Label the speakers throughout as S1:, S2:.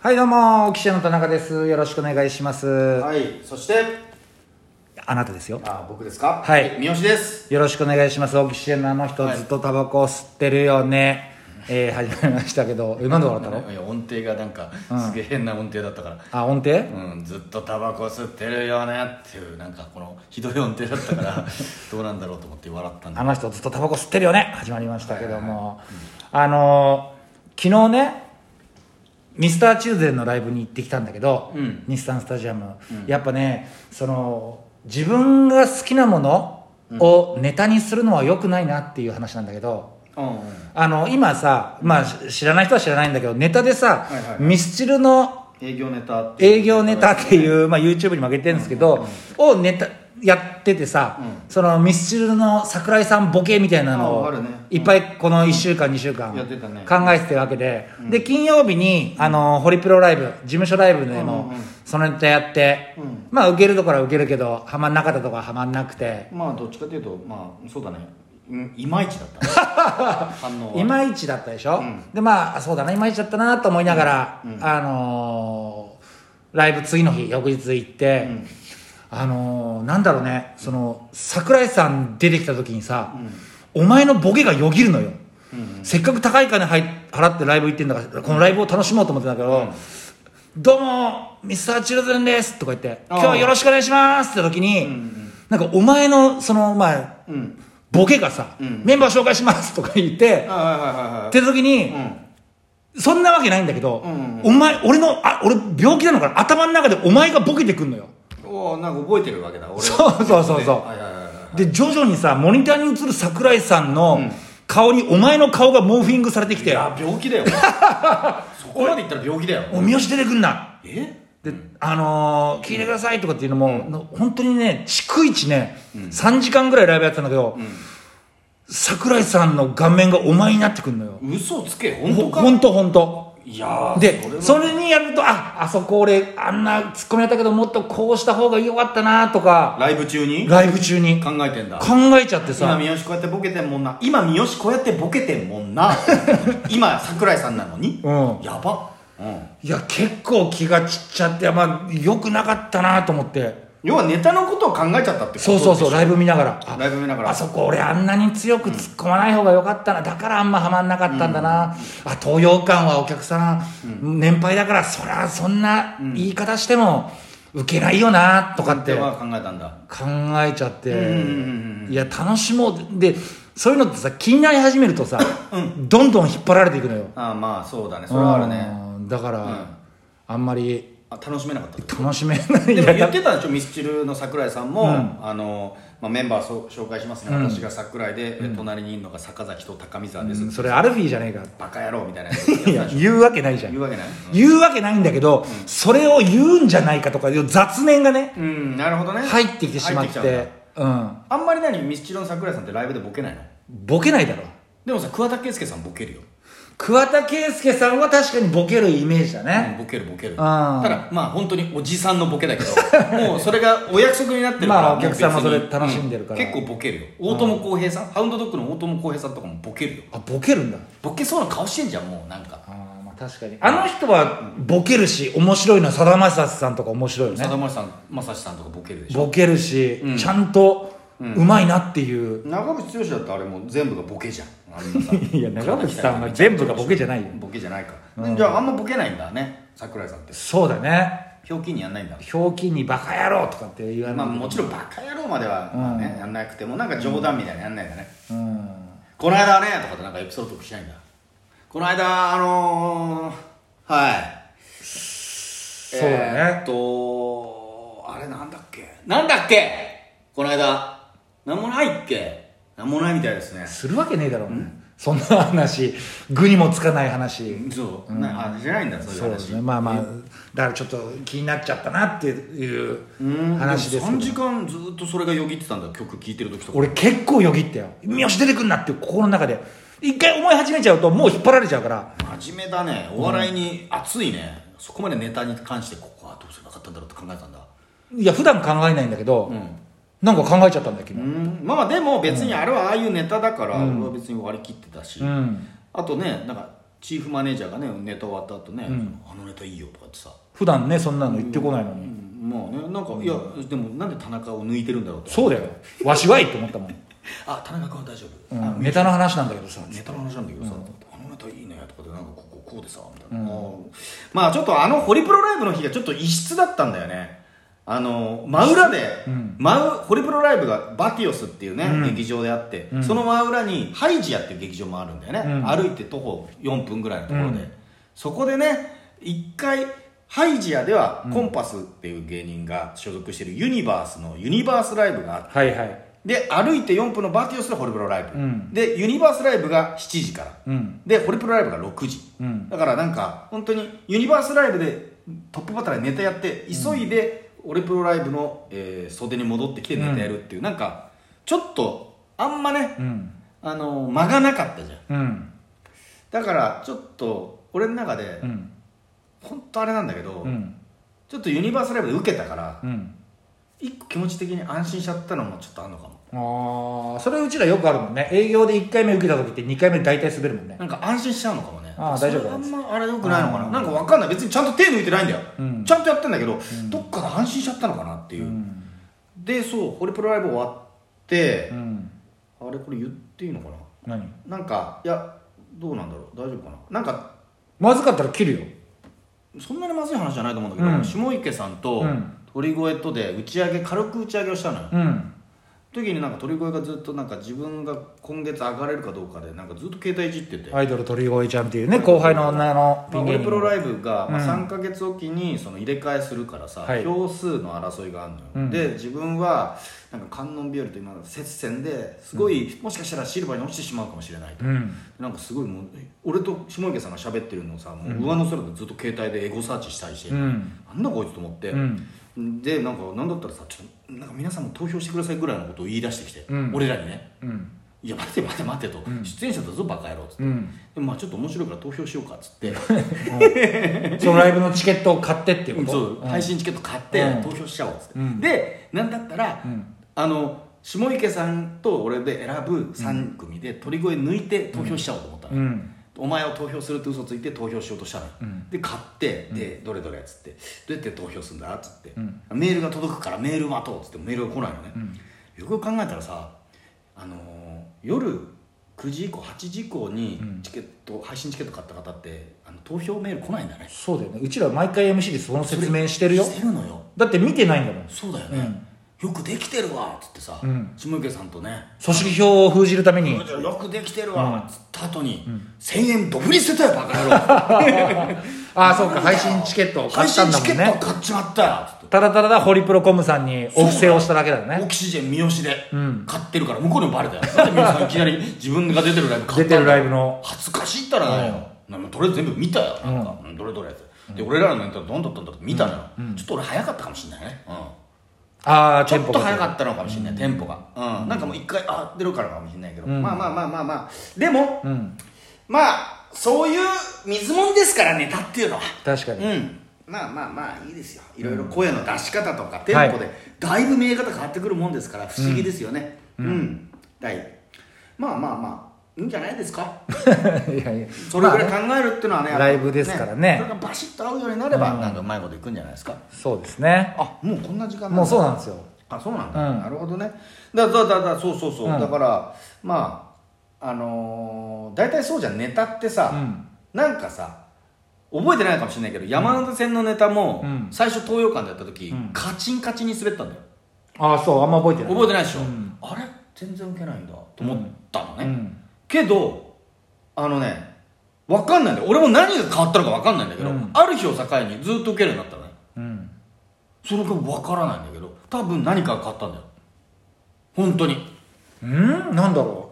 S1: はい、どうも、記者の田中です。よろしくお願いします。
S2: はいそして
S1: あなたですよ。
S2: あ僕ですか
S1: はい
S2: 三好です
S1: よろしくお願いします。オキシエンのあの人、
S3: はい
S1: ずっとタバコ吸ってるよね。えー、始まりましたけど、え、なんで笑ったの
S3: いや音程がなんかすげえ変な音程だったから、
S1: あ、音程
S3: うんずっとタバコ吸ってるよねっていうなんかこのひどい音程だったから どうなんだろうと思って笑ったんだ
S1: あの人ずっとタバコ吸ってるよね始まりましたけども、あのー昨日ねミスターチューゼンのライブに行ってきたんだけど、
S3: うん
S1: 日産スタジアム、やっぱねその自分が好きなものをネタにするのは良くないなっていう話なんだけど、
S3: うんうん
S1: あの今さ、まあ、し知らない人は知らないんだけどネタでさ、
S3: はいはいはい
S1: ミスチルの
S3: 営業ネタっていう
S1: 営業ネタっていう、まあ、YouTube にも上げてるんですけど、をネタやっててさ、そのミスチルの桜井さんボケみたいなの
S3: あ
S1: を
S3: あるね
S1: いっぱいこの1週間2週間
S3: やってたね
S1: 考えてたわけで、で金曜日にあのホリプロライブ事務所ライブで
S3: うん
S1: も
S3: うんうん
S1: そのネタやって、
S3: うん
S1: まあ受けるところは受けるけどハマんなかったところはハマんなくて
S3: まあどっちかというとまあそうだねうんいまいち だった、ね、反応
S1: い
S3: は
S1: まいちだったでしょ、
S3: うん
S1: でまあそうだないまいちだったなと思いながら、
S3: うんうん
S1: あのーライブ次の日翌日行って、
S3: うん
S1: あのーなんだろうねその桜井さん出てきた時にさ
S3: う、ん
S1: お前のボケがよぎるのよ、
S3: うん
S1: せっかく高い金入っ払ってライブ行ってんだからこのライブを楽しもうと思ってんだけど、どうもミスターチルズンですとか言って
S3: あー
S1: 今日はよろしくお願いしますって時に、
S3: うんうん
S1: なんかお前のそのまあ
S3: うん
S1: ボケがさ、
S3: うん
S1: メンバー紹介しますとか言って、
S3: はいはいはいはい
S1: って時に、
S3: う
S1: そんなわけないんだけど、
S3: うんうんうん
S1: お前、俺の、あ、俺病気なのかな頭の中でお前がボケてくんのよ。
S3: んおおなんか覚えてるわけだ俺は
S1: そうそうそうそう
S3: はいはいはいはい
S1: で、徐々にさ、モニターに映る桜井さんの
S3: ん
S1: 顔にお前の顔がモーフィングされてき
S3: い
S1: て、
S3: や病 気だよそこまでいったら病気だよ
S1: お三好出てくんな。
S3: え
S1: で、あのー聞いてくださいとかっていうのも、の本当にね、逐一ね、3時間ぐらいライブやってたんだけど、桜井さんの顔面がお前になってくんのよ。
S3: 嘘つけ本
S1: ほ
S3: 当か
S1: ほんとほんと。
S3: いやー
S1: で
S3: そ
S1: そ
S3: れは
S1: れにやるとああそこ俺あんなツッコミやったけどもっとこうした方がよかったなとか
S3: ライブ中に考
S1: ライブ中に考
S3: えてんだ
S1: えちゃって
S3: 今
S1: さ
S3: 三好こうやってボケてんもんな今三好こうやってボケてんもん な今桜井さんなのに、
S1: うん
S3: やば、うん、
S1: いや結構気が散っちゃってまあよくなかったなと思って
S3: 要はネタのことを考えちゃったってこと
S1: そうそうそう
S3: でしょ
S1: ライブ見ながらあ
S3: ライブ見ながら
S1: あそこ俺あんなに強く突っ込まない方がよかったなだからあんまハマんなかったんだな、あ東洋館はお客さん、年配だからそりゃそんな言い方しても受けないよなとかって、
S3: ネタは考えたんだ
S1: 考えちゃって、
S3: んうん
S1: いや楽しもうでそういうのってさ気になり始めるとさ、どんどん引っ張られていくのよ
S3: ああまあそうだねそれはあるね
S1: うんだから、あんまり
S3: あ楽しめなかった
S1: 楽しめない
S3: でも
S1: い
S3: 言
S1: や
S3: ってたでしょミスチルの桜井さんも、
S1: うん
S3: あのまあ、メンバーそう紹介しますね、私が桜井で、え隣にいるのが坂崎と高見沢です、
S1: それアルフィーじゃねえか
S3: バカ野郎みたいなやつやっ
S1: い
S3: てた
S1: や
S3: でしょ
S1: 言うわけないじゃ
S3: 言
S1: ん
S3: うわけない
S1: 言うわけないんだけど、それを言うんじゃないかとかいう雑念がね
S3: うん、なるほどね
S1: 入ってきてしまっ
S3: 入ってきちゃうん
S1: て
S3: だ
S1: うん
S3: あんまり何ミスチルの桜井さんってライブでボケないの
S1: ボケないだろ
S3: でもさ桑田佳祐さんボケるよ、
S1: 桑田佳祐さんは確かにボケるイメージだ
S3: うん
S1: ね、
S3: ボケるボケるた
S1: あー
S3: だまあ本当におじさんのボケだけ どもうそれがお約束になってるから
S1: まあお客さんも
S3: う別に
S1: それ楽しんでるから
S3: う結構ボケるよ大友康平さんハウンドドッグの大友康平さんとかもボケるよ
S1: あボケるんだ
S3: ボケそうな顔してんじゃんもうなんか
S1: あーまあ確かにあの人はボケるし面白いのはさだまさしさんとか面白いよ
S3: さ
S1: ね
S3: だまさんまさしさんとかボケるでしょ
S1: ボケるし、
S3: うん
S1: ちゃんとうまいなっていう、
S3: 長渕剛だってあれもう全部がボケじゃんあんなさ
S1: いや長渕さんは全部がボケじゃないよ
S3: ボケじゃないか、じゃああんまボケないんだね桜井さんって
S1: そうだね
S3: ひょうきんにやんないんだ
S1: ひょうきんにバカ野郎とかって言わない、
S3: まあもちろんバカ野郎までは、まあねやんなくてもなんか冗談みたいなのやんないんだね、
S1: うん
S3: この間ねとかってなんかエピソードトークしないんだこの間あのー、はい
S1: そうだね
S3: えーっとあれなんだっけなんだっけこの間なんもないっけなんもないみたいですね
S1: するわけねえだろ、そんな話具にもつかない話、
S3: そう、なあじゃないんだそういう
S1: そう
S3: 話
S1: ですねまあまあだからちょっと気になっちゃったなっていう
S3: うん
S1: 話ですけど
S3: 3時間ずっとそれがよぎってたんだ曲聴いてる時とか
S1: 俺結構よぎったよ三好出てくんなって心の中で一回思い始めちゃうともう引っ張られちゃうから
S3: 真面目だねお笑いに熱いね、そこまでネタに関してここはどうすればよかったんだろうって考えたんだ
S1: いや普段考えないんだけど、なんか考えちゃったんだけど、
S3: うんまあでも別にあれはああいうネタだから、俺は別に割り切ってたし、
S1: ん
S3: あとねなんかチーフマネージャーがねネタ終わった後ね、あのネタいいよとかってさ
S1: 普段ねそんなの言ってこないのに、
S3: うんまあねなんか、いやでもなんで田中を抜いてるんだろうと
S1: そうだよわしはいいと思った もん、
S3: あ田中君大丈夫、
S1: うん、ネタの話なんだけどさ
S3: ネタの話なんだけどさ、あのネタいいねとかでなんかこここうでさみたいな、うんまあちょっとあのホリプロライブの日がちょっと異質だったんだよねあの真裏で、真うホリプロライブがバティオスっていうね、劇場であって、その真裏にハイジアっていう劇場もあるんだよね、
S1: うん
S3: 歩いて徒歩4分ぐらいのところで、そこでね一回ハイジアではコンパスっていう芸人が所属してるユニバースのユニバースライブがあって
S1: はいはい
S3: で歩いて4分のバーティオスでホリプロライブ、
S1: うん
S3: でユニバースライブが7時から、
S1: うん
S3: でホリプロライブが6時、
S1: うん
S3: だからなんか本当にユニバースライブでトップバッターでネタやって急いでホリプロライブの、えー袖に戻ってきてネタやるっていう、なんかちょっとあんまね、
S1: うん
S3: あの間がなかったじゃん
S1: うん
S3: だからちょっと俺の中で、
S1: うん
S3: 本当あれなんだけど、
S1: うん
S3: ちょっとユニバースライブで受けたから
S1: うん
S3: 一個気持ち的に安心しちゃったのもちょっとあんのかも
S1: ああそれうちらよくあるもんね営業で1回目受けた時って2回目大体滑るもんね
S3: なんか安心しちゃうのかもね
S1: ああ
S3: それ
S1: 大丈夫
S3: あんまあれよくないのかな
S1: うん
S3: なんかわかんない別にちゃんと手抜いてないんだよ、
S1: うん
S3: ちゃんとやってんだけど、どっかで安心しちゃったのかなっていう、
S1: うん
S3: でそうホリプロライブ終わって
S1: う、ん
S3: あれこれ言っていいのか
S1: 何
S3: ななんかいやどうなんだろう大丈夫かななんか
S1: まずかったら切るよ
S3: そんなにまずい話じゃないと思うんだけど、
S1: うん
S3: 下池さんと
S1: うん
S3: 鳥越とで打ち上げ軽く打ち上げをしたのよ、
S1: うん
S3: 時になんか鳥越がずっとなんか自分が今月上がれるかどうかでなんかずっと携帯いじってて
S1: アイドル鳥越ちゃんっていうね後輩の女の
S3: ま
S1: ピ
S3: あ、
S1: ン
S3: ホ
S1: 芸
S3: リプ
S1: 人
S3: ロライブが、ま
S1: うん
S3: あ、3か月おきにその入れ替えするからさ、
S1: はい
S3: 票数の争いがあるのよ、
S1: うん
S3: で自分はなんか観音日和と今の接戦ですごい、もしかしたらシルバーに落ちてしまうかもしれないと、
S1: うん
S3: なんかすごいもう俺と下池さんが喋ってるのをさもう上の空でずっと携帯でエゴサーチしたりして、
S1: うん
S3: なんだこいつと思って、
S1: うん
S3: でなんかなんだったらさちょっとなんか皆さんも投票してくださいぐらいのことを言い出してきて、
S1: うん
S3: 俺らにね
S1: うん
S3: 「いや待て待て待てと」出演者だぞバカ野郎」っつって、
S1: うん
S3: でまあちょっと面白いから投票しようか」っつって。
S1: そのライブのチケットを買ってっていうこと
S3: そう、
S1: ん
S3: 配信チケット買って
S1: うん
S3: 投票しちゃおうっつって、
S1: うん
S3: でなんだったら、
S1: うん
S3: あの下池さんと俺で選ぶ3組で鳥越抜いて投票しちゃおうと思ったの、
S1: うん
S3: お前を投票するって嘘ついて投票しようとしたのよ、
S1: うん
S3: で買ってでどれどれっつってどうやって投票するんだっつって、
S1: うん
S3: メールが届くからメール待とうっつってメールが来ないのね、
S1: うん
S3: よく考えたらさ、あのー夜9時以降8時以降に
S1: うん
S3: チケット、配信チケット買った方ってあの投票メール来ないんだね
S1: そうだよねうちら毎回 MC でその説明してるよ
S3: してるのよ
S1: だって見てないんだもん
S3: そうだよね、よくできてるわっつってさ、
S1: うん
S3: 下池さんとね
S1: 組織票を封じるために
S3: よくできてるわっつった後に、1000円どぶり捨てたよバカ野郎
S1: ああそうか配信チケットを買
S3: 配
S1: ったんだも
S3: 信チケ
S1: ん
S3: ッ
S1: ね
S3: ト買っちまったよっつって
S1: ただただホリプロコムさんにお布施をしただけだよ
S3: オ
S1: ね
S3: キシジェン三好で
S1: うん
S3: 買ってるから向こうにもバレたよ、なんで三好さんいきなり自分が出てるライブ買
S1: 出
S3: ってた
S1: る
S3: の
S1: ライブの
S3: 恥ずかしいったらないよ、なんかとりあえず全部見たよなんか、うんどれどれやつで俺らのネタどんだったんだって見たのよ、ちょっと俺早かったかもしんないね、うん
S1: ああ
S3: ち
S1: テ
S3: ょ
S1: ン
S3: っ
S1: ポ
S3: と
S1: が
S3: 早かったのかもしれない、テンポが、うん、なんかもう一回あ出るからかもしれないけど、まあまあまあまあまあでも、
S1: うん
S3: まあそういう水もんですからネタっていうのは
S1: 確か
S3: う
S1: に
S3: んまあまあまあいいですよいろいろ声の出し方とかテ
S1: はい
S3: ンポでだいぶ見え方変わってくるもんですから不思議ですよねうん、はいまあまあまあいいんじゃないですか
S1: いやいや
S3: それぐらい考えるっていうのはねやっぱ
S1: ライブですからね
S3: それがバシッと合うようになれば、
S1: うん
S3: なんかうまいこといくんじゃないですか
S1: そうですね
S3: あもうこんな時間なんだ
S1: もうそうなんですよ
S3: あそうなんだ、
S1: うん
S3: なるほどねだだだだそうそうそう、
S1: うん
S3: だからまああのー大体そうじゃんネタってさ、
S1: うん
S3: なんかさ覚えてないかもしれないけど山手線のネタも、
S1: うん
S3: 最初東洋館でやった時、
S1: ん
S3: カチンカチンに滑ったんだよ
S1: ああそうあんま覚えてない
S3: 覚えてないでしょ、
S1: うん
S3: あれ全然ウケないんだと思ったのね、
S1: うん
S3: けどあのね分かんないんだよ俺も何が変わったのか分かんないんだけど、
S1: うん
S3: ある日を境にずっとウケるようになったのね
S1: うん
S3: それが分からないんだけど多分何かが変わったんだよ本当に
S1: うんなんだろ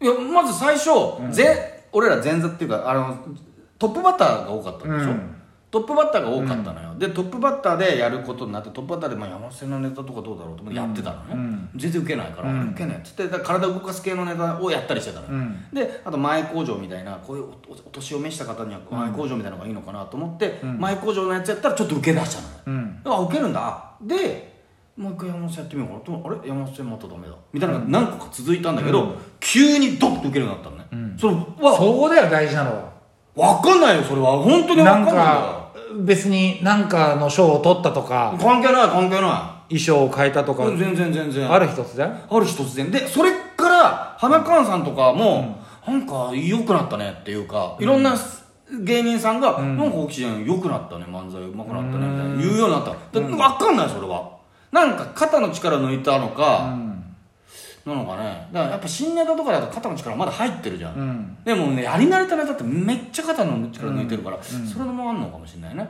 S3: いやまず最初、ぜ俺ら前座っていうかあのトップバッターが多かったんでしょ、
S1: うん
S3: トップバッターが多かったのよ、でトップバッターでやることになってトップバッターで、まあ、山手線のネタとかどうだろうと思ってやってたのね、
S1: うん
S3: 全然ウケないから、
S1: うん
S3: ウケないっつってだから体動かす系のネタをやったりしてたのよ、
S1: うん
S3: であと前工場みたいなこういうおおお年を召した方には前工場みたいなのがいいのかなと思って、前工場のやつやったらちょっとウケ出したのよ、
S1: ううん
S3: あ受けるんだでもう一回山手線やってみようかなとあれ山手線またダメだみたいなのが何個か続いたんだけど、急にドッと受けるようになったのね、それは
S1: そこだよ大事なのは
S3: わかんないよそれは本当にわ
S1: な
S3: かん
S1: ん
S3: ない
S1: か別になんかの賞を取ったとか
S3: 関係ない関係な
S1: 衣装を変えたとか
S3: い全然全然
S1: ある日突然
S3: ある日突然でそれから花川さんとかも、なんか良くなったねっていうかいろんな芸人さんが、なんかオキシジェン良くなったね漫才上手くなったねみたいな言うようになっただ分かんないそれはなんか肩の力抜いたのか、なのかねだからやっぱ新ネタとかだと肩の力まだ入ってるじゃん、
S1: ん
S3: でもねやり慣れたネタってめっちゃ肩の力抜いてるから、それもあんのかもしれないね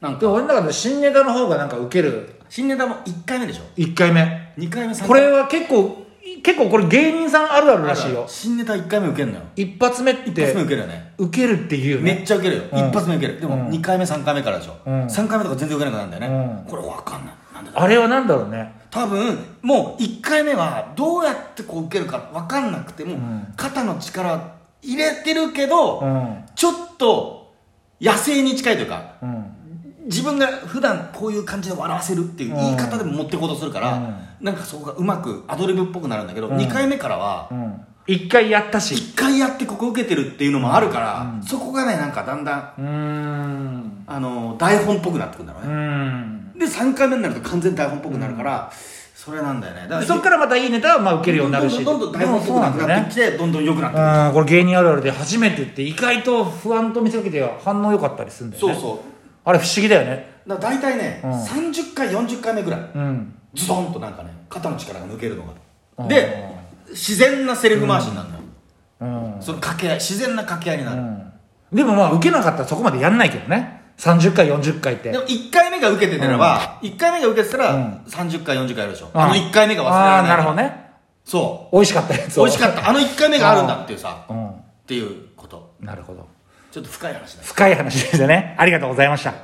S3: なん
S1: で
S3: か
S1: 俺の中で新ネタの方がなんかウケる
S3: 新ネタも1回目でしょ
S1: 1回目
S3: 2回目3回目
S1: これは結構結構これ芸人さんあるあるらしいよ
S3: 新ネタ1回目受けんのよ
S1: 一発目っ
S3: 一発目
S1: て
S3: 受けるよね
S1: 受けるっていうよ
S3: めっ
S1: ね
S3: ちゃ受けるよ、
S1: うん
S3: 一発目受けるでも
S1: うん
S3: 2回目3回目からでしょ、
S1: うん
S3: 3回目とか全然受けなくなるんだよね、
S1: うん
S3: これ分かんないなんでだ
S1: あれはなんだろうね
S3: 多分もう1回目はどうやってこう受けるか分かんなくても、
S1: ん
S3: 肩の力入れてるけど、
S1: うん
S3: ちょっと野生に近いというか
S1: うん
S3: 自分が普段こういう感じで笑わせるっていう言い方でも持ってこうとするから、なんかそこがうまくアドリブっぽくなるんだけど、
S1: ん
S3: 2回目からは
S1: うん一回やったし
S3: 1回やってここ受けてるっていうのもあるから、そこがねなんかだんだん
S1: うーん
S3: あの台本っぽくなってくるんだろう
S1: う
S3: ね、
S1: ん
S3: で3回目になると完全台本っぽくなるから、それなんだよねだ
S1: でそっからまたいいネタはまあ受けるようになるし
S3: どんどんどんどん台本っぽくなくなってきて、どんどん良くなってくる
S1: うんこれ芸人あるあるで初めてって意外と不安と見せかけて反応良かったりするんだよ
S3: そう
S1: ね
S3: そ
S1: あれ不思議だよね
S3: うだから大体ね、
S1: うん
S3: 30回40回目ぐらい
S1: うん
S3: ズドンとなんかね肩の力が抜けるの
S1: あー
S3: がで自然なセリフ回しになるのよ、
S1: うん
S3: その掛け合い自然な掛け合いになる、
S1: うんでもまあ受けなかったらそこまでやんないけどね30回40回って
S3: でも1回目が受けててれば、一1回目が受けてたら
S1: うん
S3: 30回40回やるでしょ、
S1: うん
S3: あの1回目が忘れ
S1: ああ
S3: ら
S1: ー
S3: れな
S1: ないるほどね
S3: そ
S1: 美味しかったやつ
S3: う
S1: を
S3: 美味しかったあの1回目があるんだっていうさ
S1: うん
S3: っていうこと
S1: なるほど
S3: ちょっと深い話だね
S1: 深い話でしたねありがとうございました